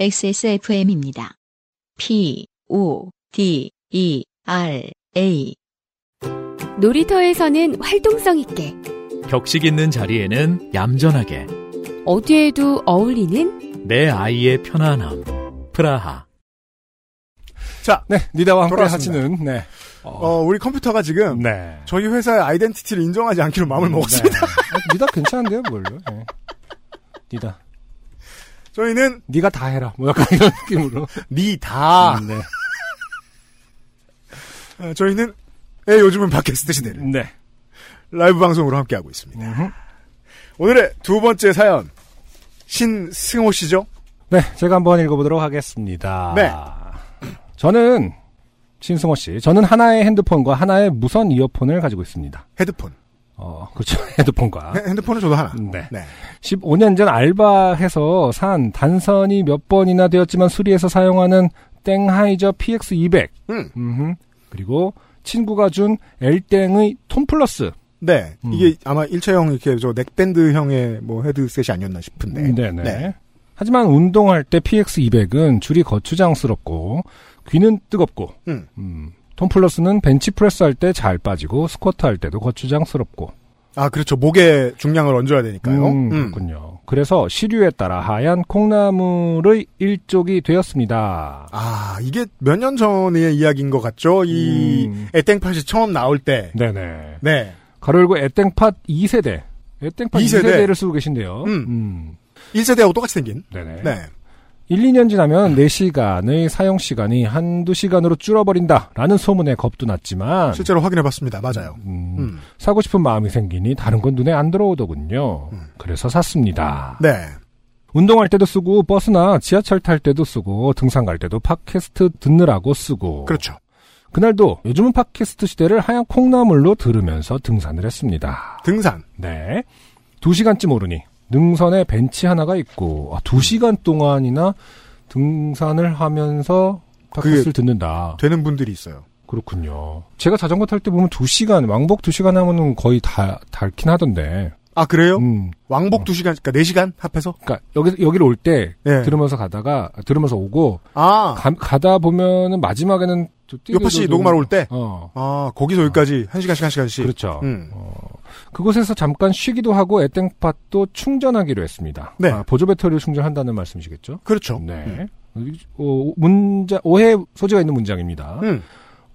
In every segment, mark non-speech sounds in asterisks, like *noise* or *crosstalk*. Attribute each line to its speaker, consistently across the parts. Speaker 1: XSFM입니다. P, O, D, E, R, A.
Speaker 2: 놀이터에서는 활동성 있게,
Speaker 3: 격식 있는 자리에는 얌전하게
Speaker 2: 어디에도 어울리는
Speaker 3: 내 아이의 편안함. 프라하.
Speaker 4: 자,
Speaker 5: 네, 니다와 함께
Speaker 4: 돌아왔습니다.
Speaker 5: 하시는 네,
Speaker 4: 어, 우리 컴퓨터가 지금
Speaker 5: 네.
Speaker 4: 저희 회사의 아이덴티티를 인정하지 않기로 마음을 먹었습니다.
Speaker 5: 네. 니다 괜찮은데요, 그걸로. 네. 니다, 네.
Speaker 4: *laughs* 저희는
Speaker 5: 니가 다 해라. 뭐 약간 이런 느낌으로.
Speaker 4: 니다.
Speaker 5: 음, 네.
Speaker 4: 어, 저희는 예, 요즘은 팟캐스트 시대를
Speaker 5: 네.
Speaker 4: 라이브 방송으로 함께하고 있습니다.
Speaker 5: 음흠.
Speaker 4: 오늘의 두 번째 사연 신승호 씨죠?
Speaker 5: 네, 제가 한번 읽어보도록 하겠습니다.
Speaker 4: 네.
Speaker 5: 저는 신승호 씨, 저는 하나의 핸드폰과 하나의 무선 이어폰을 가지고 있습니다.
Speaker 4: 헤드폰.
Speaker 5: 어, 그렇죠. *laughs* 핸드폰과.
Speaker 4: 헤- 핸드폰은 저도 하나.
Speaker 5: 네. 15년 전 알바해서 산 단선이 몇 번이나 되었지만 수리해서 사용하는 땡하이저 PX200.
Speaker 4: 음.
Speaker 5: 음흠. 그리고 친구가 준 엘땡의 톰플러스.
Speaker 4: 네.
Speaker 5: 음.
Speaker 4: 이게 아마 일체형 이렇게 저 넥밴드형의 뭐 헤드셋이 아니었나 싶은데.
Speaker 5: 음, 네네.
Speaker 4: 네.
Speaker 5: 하지만 운동할 때 PX200은 줄이 거추장스럽고 귀는 뜨겁고
Speaker 4: 음.
Speaker 5: 음, 톰플러스는 벤치프레스 할 때 잘 빠지고 스쿼트 할 때도 거추장스럽고
Speaker 4: 아, 그렇죠. 목에 중량을 얹어야 되니까요.
Speaker 5: 음, 그렇군요. 그래서 시류에 따라 하얀 콩나물의 일족이 되었습니다.
Speaker 4: 아, 이게 몇 년 전의 이야기인 것 같죠? 이,
Speaker 5: 음.
Speaker 4: 애땡팟이 처음 나올 때.
Speaker 5: 네네.
Speaker 4: 네.
Speaker 5: 가로 열고 에땡팟 2세대. 에땡팟
Speaker 4: 2세대.
Speaker 5: 2세대. 를 쓰고 계신데요.
Speaker 4: 음.
Speaker 5: 음,
Speaker 4: 1세대하고 똑같이 생긴.
Speaker 5: 네네.
Speaker 4: 네.
Speaker 5: 1, 2년 지나면 4시간의 사용 시간이 한두 시간으로 줄어버린다라는 소문에 겁도 났지만
Speaker 4: 실제로 확인해 봤습니다. 맞아요.
Speaker 5: 음,
Speaker 4: 음.
Speaker 5: 사고 싶은 마음이 생기니 다른 건 눈에 안 들어오더군요.
Speaker 4: 음.
Speaker 5: 그래서 샀습니다.
Speaker 4: 네.
Speaker 5: 운동할 때도 쓰고 버스나 지하철 탈 때도 쓰고 등산 갈 때도 팟캐스트 듣느라고 쓰고
Speaker 4: 그렇죠.
Speaker 5: 그날도 요즘은 팟캐스트 시대를 하얀 콩나물로 들으면서 등산을 했습니다.
Speaker 4: 등산.
Speaker 5: 네. 두 시간쯤 오르니 능선에 벤치 하나가 있고 아,
Speaker 4: 음.
Speaker 5: 두 시간 동안이나 등산을 하면서
Speaker 4: 그
Speaker 5: 팟캐스트를 듣는다.
Speaker 4: 되는 분들이 있어요.
Speaker 5: 그렇군요. 제가 자전거 탈 때 보면 두 시간 왕복 두 시간 하면은 거의 다 닳긴 하던데.
Speaker 4: 아, 그래요?
Speaker 5: 음.
Speaker 4: 왕복 2시간, 그러니까 4시간 합해서?
Speaker 5: 그러니까 여기 여기를 올 때
Speaker 4: 예.
Speaker 5: 들으면서 가다가 들으면서 오고
Speaker 4: 아,
Speaker 5: 가, 다 보면은 마지막에는 또 뛰기도
Speaker 4: 요파씨
Speaker 5: 좀-
Speaker 4: 녹음하러 올 때?
Speaker 5: 어.
Speaker 4: 아, 거기서 여기까지 1시간씩, 1시간씩.
Speaker 5: 그렇죠.
Speaker 4: 음.
Speaker 5: 그곳에서 잠깐 쉬기도 하고 에땡팟도 충전하기로 했습니다.
Speaker 4: 네.
Speaker 5: 아, 보조 배터리를 충전한다는 말씀이시겠죠?
Speaker 4: 그렇죠.
Speaker 5: 네. 어, 문장 오해 소지가 있는 문장입니다.
Speaker 4: 음.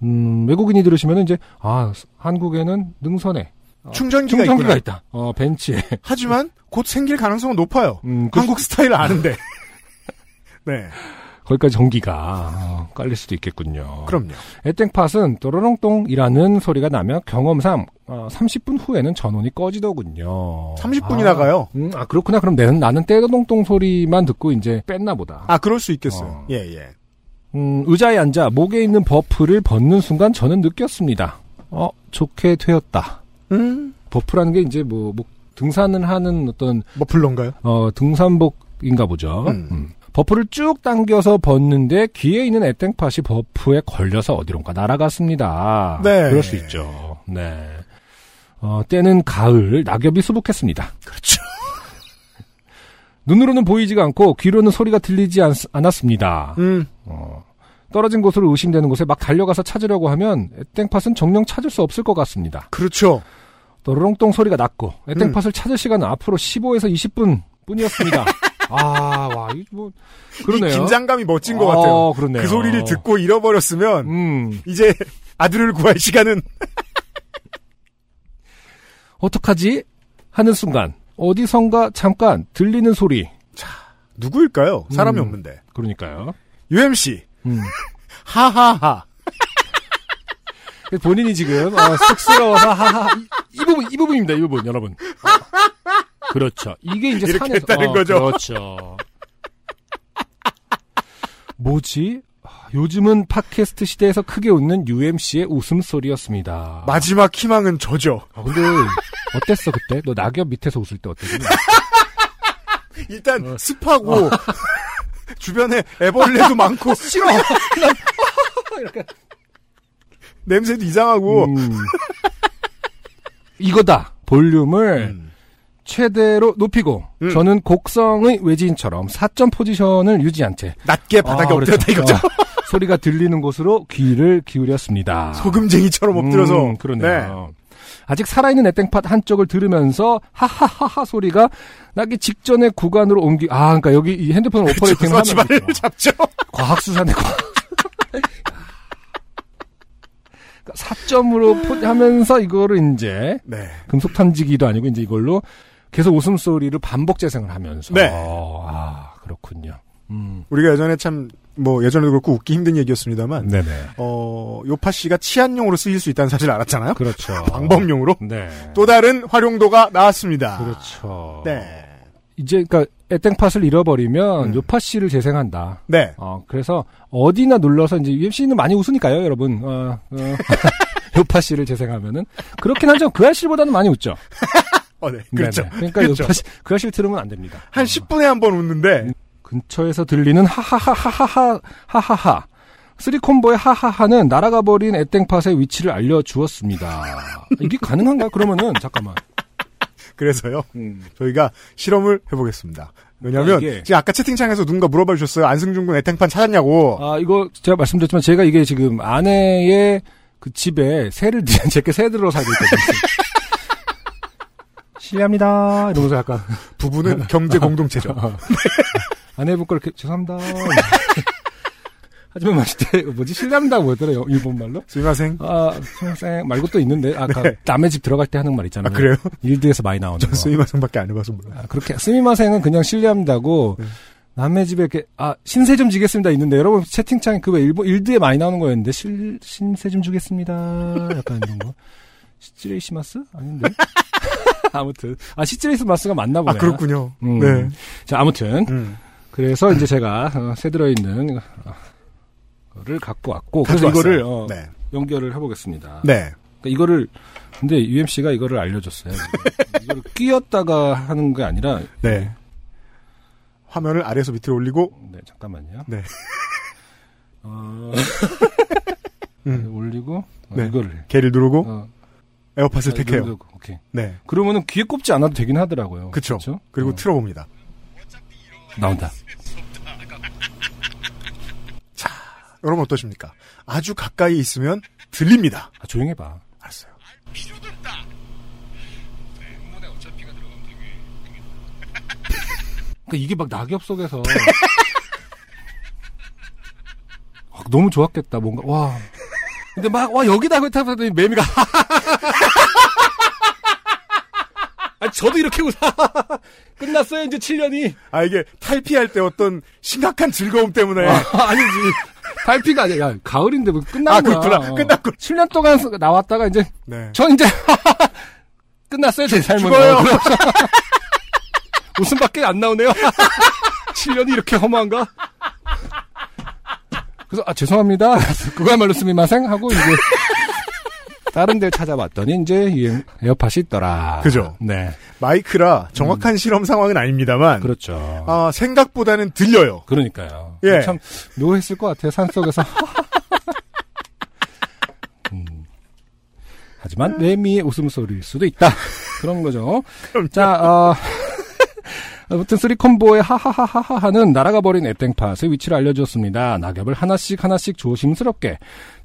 Speaker 5: 음, 외국인이 들으시면 이제 아 한국에는 능선에
Speaker 4: 충전기가,
Speaker 5: 충전기가
Speaker 4: 있구나.
Speaker 5: 있다. 어 벤치에.
Speaker 4: 하지만 곧 생길 가능성은 높아요.
Speaker 5: 음, 그-
Speaker 4: 한국 스타일 아는데. *laughs* 네.
Speaker 5: 거기까지 전기가 어, 깔릴 수도 있겠군요.
Speaker 4: 그럼요.
Speaker 5: 에땡팟은 또로롱똥이라는 소리가 나며 경험상 어, 30분 후에는 전원이 꺼지더군요.
Speaker 4: 30분이나
Speaker 5: 아,
Speaker 4: 가요.
Speaker 5: 음, 아 그렇구나. 그럼 내, 나는 떼도동동 소리만 듣고 이제 뺐나 보다.
Speaker 4: 아, 그럴 수 있겠어요.
Speaker 5: 어.
Speaker 4: 예, 예.
Speaker 5: 음, 의자에 앉아 목에 있는 버프를 벗는 순간 저는 느꼈습니다. 어, 좋게 되었다.
Speaker 4: 음.
Speaker 5: 버프라는 게 이제 뭐, 목- 등산을 하는 어떤,
Speaker 4: 뭐 블런가요?
Speaker 5: 어, 등산복인가 보죠.
Speaker 4: 음.
Speaker 5: 음. 버프를 쭉 당겨서 벗는데 귀에 있는 애땡팟이 버프에 걸려서 어디론가 날아갔습니다.
Speaker 4: 네.
Speaker 5: 그럴 수 있죠. 네. 어, 때는 가을, 낙엽이 수북했습니다.
Speaker 4: 그렇죠.
Speaker 5: *laughs* 눈으로는 보이지가 않고 귀로는 소리가 들리지 않, 않았습니다.
Speaker 4: 음.
Speaker 5: 어, 떨어진 곳으로 의심되는 곳에 막 달려가서 찾으려고 하면 에땡팟은 정령 찾을 수 없을 것 같습니다.
Speaker 4: 그렇죠.
Speaker 5: 또르렁똥 소리가 났고
Speaker 4: 음.
Speaker 5: 에땡팟을 찾을 시간은 앞으로 15에서 20분
Speaker 4: *laughs*
Speaker 5: 뿐이었습니다. 아, 와, 이거 뭐 그러네요.
Speaker 4: 이 긴장감이 멋진 것
Speaker 5: 어,
Speaker 4: 같아요.
Speaker 5: 그렇네요.
Speaker 4: 그 소리를 듣고 잃어버렸으면
Speaker 5: 음,
Speaker 4: 이제 아들을 구할 시간은
Speaker 5: 어떡하지? 하는 순간 어디선가 잠깐 들리는 소리.
Speaker 4: 누구일까요? 사람이
Speaker 5: 음.
Speaker 4: 없는데.
Speaker 5: 그러니까요.
Speaker 4: UMC.
Speaker 5: 음.
Speaker 4: 하하하.
Speaker 5: 본인이 지금 어, 쑥스러워서 하하 이, 이 부분 이 부분입니다 이 부분 여러분 어. 그렇죠 이게 이제
Speaker 4: 이렇게
Speaker 5: 산에서 어.
Speaker 4: 했다는 거죠.
Speaker 5: 그렇죠 뭐지 아, 요즘은 팟캐스트 시대에서 크게 웃는 UMC의 웃음소리였습니다
Speaker 4: 마지막 희망은 저죠.
Speaker 5: 아, 근데 어땠어 그때 너 낙엽 밑에서 웃을 때 *laughs* 어땠니
Speaker 4: 일단
Speaker 5: 어.
Speaker 4: 습하고 *laughs* 주변에 애벌레도 많고
Speaker 5: *laughs*
Speaker 4: 싫어. 냄새도 이상하고
Speaker 5: 음. 이거다 볼륨을
Speaker 4: 음.
Speaker 5: 최대로 높이고
Speaker 4: 음.
Speaker 5: 저는 곡성의 외지인처럼 4점 포지션을 유지한 채
Speaker 4: 낮게 바닥에
Speaker 5: 아,
Speaker 4: 엎드렸다 이거죠.
Speaker 5: 그렇죠. 어, 소리가 들리는 곳으로 귀를 기울였습니다.
Speaker 4: 소금쟁이처럼 엎드려서.
Speaker 5: 아. 음, 그러네요. 아직 살아있는 에땡팟 한쪽을 들으면서 하하하하 소리가 나기 직전의 구간으로 옮기 아 그러니까 여기 이 핸드폰 오퍼레이팅
Speaker 4: 서지
Speaker 5: 하면 *laughs*
Speaker 4: 말을 잡죠.
Speaker 5: 과학수산의 과학 그러니까 4점으로 포, 하면서 이거를 이제
Speaker 4: 네.
Speaker 5: 금속 탐지기도 아니고 이제 이걸로 계속 웃음소리를 반복 재생을 하면서
Speaker 4: 네.
Speaker 5: 어, 아 그렇군요. 음.
Speaker 4: 우리가 예전에 참 뭐 예전에도 그렇고 웃기 힘든 얘기였습니다만
Speaker 5: 네네.
Speaker 4: 어 요파 씨가 치안용으로 쓰일 수 있다는 사실을 알았잖아요.
Speaker 5: 그렇죠.
Speaker 4: *laughs* 방법용으로
Speaker 5: 네.
Speaker 4: 또 다른 활용도가 나왔습니다.
Speaker 5: 그렇죠.
Speaker 4: 네.
Speaker 5: 이제 그러니까 에땡팟을 잃어버리면
Speaker 4: 음.
Speaker 5: 요파 씨를 재생한다.
Speaker 4: 네.
Speaker 5: 어 그래서 어디나 눌러서 이제 UMC는 많이 웃으니까요, 여러분. 어, *laughs* 어. 요파 씨를 재생하면은 그렇긴 하죠. 그 아실보다는 많이 웃죠.
Speaker 4: 어, 네. 그렇죠.
Speaker 5: 네네. 그러니까
Speaker 4: 그렇죠.
Speaker 5: 요파 씨, 그 아실 들으면 안 됩니다.
Speaker 4: 한 10분에 한 번 웃는데
Speaker 5: 근처에서 들리는 하하하하하하 하하하 쓰리콤보의 하하하는 날아가 버린 애땡팟의 위치를 알려주었습니다. 이게 가능한가? 그러면은 잠깐만.
Speaker 4: 그래서요. 저희가 실험을 해보겠습니다. 왜냐하면
Speaker 5: 이게-
Speaker 4: 지금 아까 채팅창에서 누군가 물어봐 주셨어요. 안승준 군 애탱판 찾았냐고.
Speaker 5: 아 이거 제가 말씀드렸지만 제가 이게 지금 아내의 그 집에 새를 들- *laughs* 제게 새 들어
Speaker 4: *laughs*
Speaker 5: 살고 있거든요. 실례합니다. 이러면서 약간 *laughs*
Speaker 4: 부부는 경제 공동체죠.
Speaker 5: 아. 아내분 걸
Speaker 4: *laughs*
Speaker 5: 이렇게 죄송합니다. 하지만 마실 때 뭐지 실례합니다 뭐였더래요 일본 말로?
Speaker 4: 스미마생.
Speaker 5: 아, 수학생 말고 또 있는데 아까 그
Speaker 4: 네.
Speaker 5: 남의 집 들어갈 때 하는 말
Speaker 4: 아
Speaker 5: 있잖아요.
Speaker 4: 그래요?
Speaker 5: 일드에서 많이 나오는
Speaker 4: 전
Speaker 5: 거.
Speaker 4: 스미마생밖에 안 해봐서 몰라요.
Speaker 5: 아, 그렇게 스미마생은 그냥 실례합니다고
Speaker 4: 네.
Speaker 5: 남의 집에 이렇게 아 신세 좀 지겠습니다 있는데 여러분 채팅창에 그왜 일본 일드에 많이 나오는 거였는데 실 신세 좀 주겠습니다 약간 이런 거 시츠레이시마스 아닌데 *laughs* 아무튼 아 시츠레이시마스가 맞나
Speaker 4: 아
Speaker 5: 보네
Speaker 4: 그렇군요.
Speaker 5: 음.
Speaker 4: 네.
Speaker 5: 자 아무튼
Speaker 4: 음.
Speaker 5: 그래서 이제 제가 어, 새 들어 있는 거를 갖고 왔고 그래서 이거를 어,
Speaker 4: 네.
Speaker 5: 연결을 해보겠습니다.
Speaker 4: 네.
Speaker 5: 그러니까 이거를 근데 UMC가 이거를 알려줬어요.
Speaker 4: *laughs*
Speaker 5: 이거를 끼었다가 하는 게 아니라
Speaker 4: 네. 화면을 아래에서 밑으로 올리고
Speaker 5: 네 잠깐만요.
Speaker 4: 네.
Speaker 5: 어,
Speaker 4: 음.
Speaker 5: 올리고 어,
Speaker 4: 네.
Speaker 5: 이거를
Speaker 4: 걔를 누르고
Speaker 5: 어,
Speaker 4: 에어팟을
Speaker 5: 아,
Speaker 4: 택해요.
Speaker 5: 이거를, 오케이.
Speaker 4: 네.
Speaker 5: 그러면은 귀에 꼽지 않아도 되긴 하더라고요.
Speaker 4: 그쵸.
Speaker 5: 그쵸?
Speaker 4: 그리고
Speaker 5: 어,
Speaker 4: 틀어봅니다.
Speaker 5: 나온다.
Speaker 4: 여러분 어떠십니까? 아주 가까이 있으면 들립니다.
Speaker 5: 아, 조용해봐.
Speaker 4: 알았어요. *laughs*
Speaker 5: 그러니까 이게 막 낙엽 속에서 *laughs* 아, 너무 좋았겠다. 뭔가 와. 근데 막 와 여기다 그랬다 하더니 매미가 *laughs* 아 저도 이렇게 웃어. *laughs* 끝났어요 이제 7년이.
Speaker 4: 아 이게 탈피할 때 어떤 심각한 즐거움 때문에
Speaker 5: 아, 니지 달피가 아니야. 야, 가을인데 뭐 끝난
Speaker 4: 아,
Speaker 5: 거야.
Speaker 4: 그렇구나. 끝났구나.
Speaker 5: 7년 동안 서- 나왔다가 이제
Speaker 4: 네.
Speaker 5: 전 이제 *laughs* 끝났어요 제 삶은.
Speaker 4: 죽어요.
Speaker 5: 어, 그래서 *laughs* 웃음밖에 안 나오네요. *laughs* 7년이 이렇게 허무한가? 그래서 아 죄송합니다. *laughs* 그거야말로 스미마생 하고 이제 다른 데를 찾아봤더니 이제 이 에어팟이 있더라.
Speaker 4: 그죠.
Speaker 5: 네.
Speaker 4: 마이크라 정확한 실험 상황은 아닙니다만
Speaker 5: 음. 그렇죠.
Speaker 4: 아, 생각보다는 들려요.
Speaker 5: 그러니까요.
Speaker 4: 예.
Speaker 5: 참 묘했을 것 같아요. 산속에서. 음. 하지만 레미의 웃음소리일 수도 있다. 그런 거죠. 자, 어, *laughs* 아무튼 쓰리 콤보의 하하하하하는 날아가 버린 애땡팟의 위치를 알려주었습니다. 낙엽을 하나씩 하나씩 조심스럽게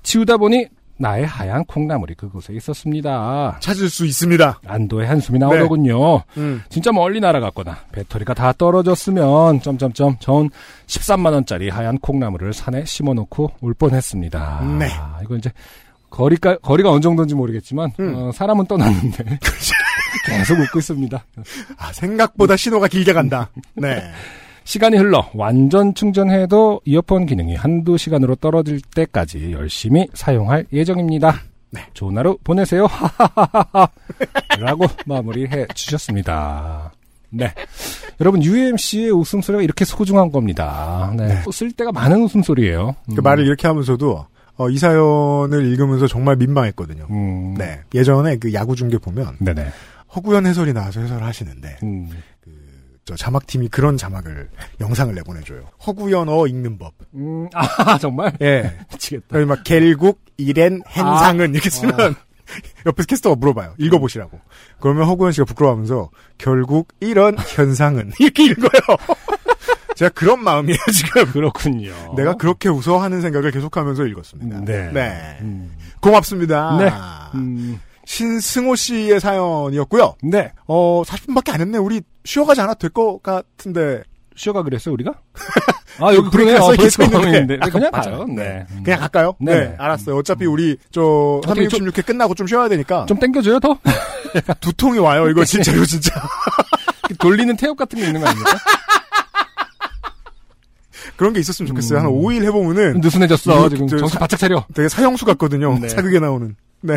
Speaker 5: 치우다 보니 나의 하얀 콩나물이 그곳에 있었습니다.
Speaker 4: 찾을 수 있습니다.
Speaker 5: 안도의 한숨이 나오더군요.
Speaker 4: 음.
Speaker 5: 진짜 멀리 날아갔거나 배터리가 다 떨어졌으면 점점점 전 13만 원짜리 하얀 콩나물을 산에 심어놓고 울 뻔했습니다.
Speaker 4: 네.
Speaker 5: 아, 이거 이제 거리가 거리가 어느 정도인지 모르겠지만
Speaker 4: 음.
Speaker 5: 어, 사람은 떠났는데 *laughs* 계속 웃고 있습니다.
Speaker 4: 아, 생각보다 신호가 길게 간다. 네.
Speaker 5: 시간이 흘러 완전 충전해도 이어폰 기능이 한두 시간으로 떨어질 때까지 열심히 사용할 예정입니다.
Speaker 4: 네.
Speaker 5: 좋은 하루 보내세요. *laughs* 하하하하하. 라고 마무리해 주셨습니다. 네. 여러분, UMC의 웃음소리가 이렇게 소중한 겁니다. 네. 쓸 때가 많은 웃음소리예요. 음.
Speaker 4: 그 말을 이렇게 하면서도 어, 이 사연을 읽으면서 정말 민망했거든요.
Speaker 5: 음. 네.
Speaker 4: 네. 예전에 그 야구 중계 보면
Speaker 5: 네네.
Speaker 4: 허구현 해설이 나와서 해설을 하시는데
Speaker 5: 음.
Speaker 4: 저 자막팀이 그런 자막을 영상을 내보내줘요. 허구현 어 읽는 법.
Speaker 5: 음, *laughs* 아, 정말?
Speaker 4: 예.
Speaker 5: 미치겠다. 아. 어.
Speaker 4: 여기 막 결국 이랜 행상은 이렇게 쓰면 옆에서 캐스터가 물어봐요. 읽어보시라고. 그러면 허구현 씨가 부끄러워하면서 결국 이런 현상은 *laughs* 이렇게 읽어요. 제가 그런 마음이에요 지금.
Speaker 5: 그렇군요.
Speaker 4: 내가 그렇게 웃어하는 생각을 계속하면서 읽었습니다.
Speaker 5: 어. 네. 음.
Speaker 4: 고맙습니다.
Speaker 5: 네. 음.
Speaker 4: 신승호 씨의 사연이었고요.
Speaker 5: 네.
Speaker 4: 어 40분밖에 안 했네. 우리 쉬어가지 않아도 될 것 같은데
Speaker 5: 쉬어가 그랬어 우리가? 아 여기 그러네.
Speaker 4: 브레이크가
Speaker 5: 어,
Speaker 4: 써 있긴
Speaker 5: 브레이크가
Speaker 4: 있는데.
Speaker 5: 있는데. 그냥
Speaker 4: 맞아요.
Speaker 5: 가요. 네. 음.
Speaker 4: 그냥 갈까요?
Speaker 5: 네네.
Speaker 4: 알았어요. 어차피 우리 저
Speaker 5: 어차피
Speaker 4: 366회 끝나고 좀 쉬어야 되니까
Speaker 5: 좀 네. 땡겨줘요 더?
Speaker 4: 두통이 와요. 이거 진짜로 진짜. *laughs*
Speaker 5: 돌리는 태엽 같은 게 있는 거 *laughs* 아닙니까?
Speaker 4: 그런 게 있었으면 좋겠어요.
Speaker 5: 음.
Speaker 4: 한 5일 해보면은
Speaker 5: 느슨해졌어.
Speaker 4: 이거
Speaker 5: 지금
Speaker 4: 저
Speaker 5: 정신
Speaker 4: 사-
Speaker 5: 바짝 차려.
Speaker 4: 되게 사형수 같거든요.
Speaker 5: 네.
Speaker 4: 사극에 나오는. 네.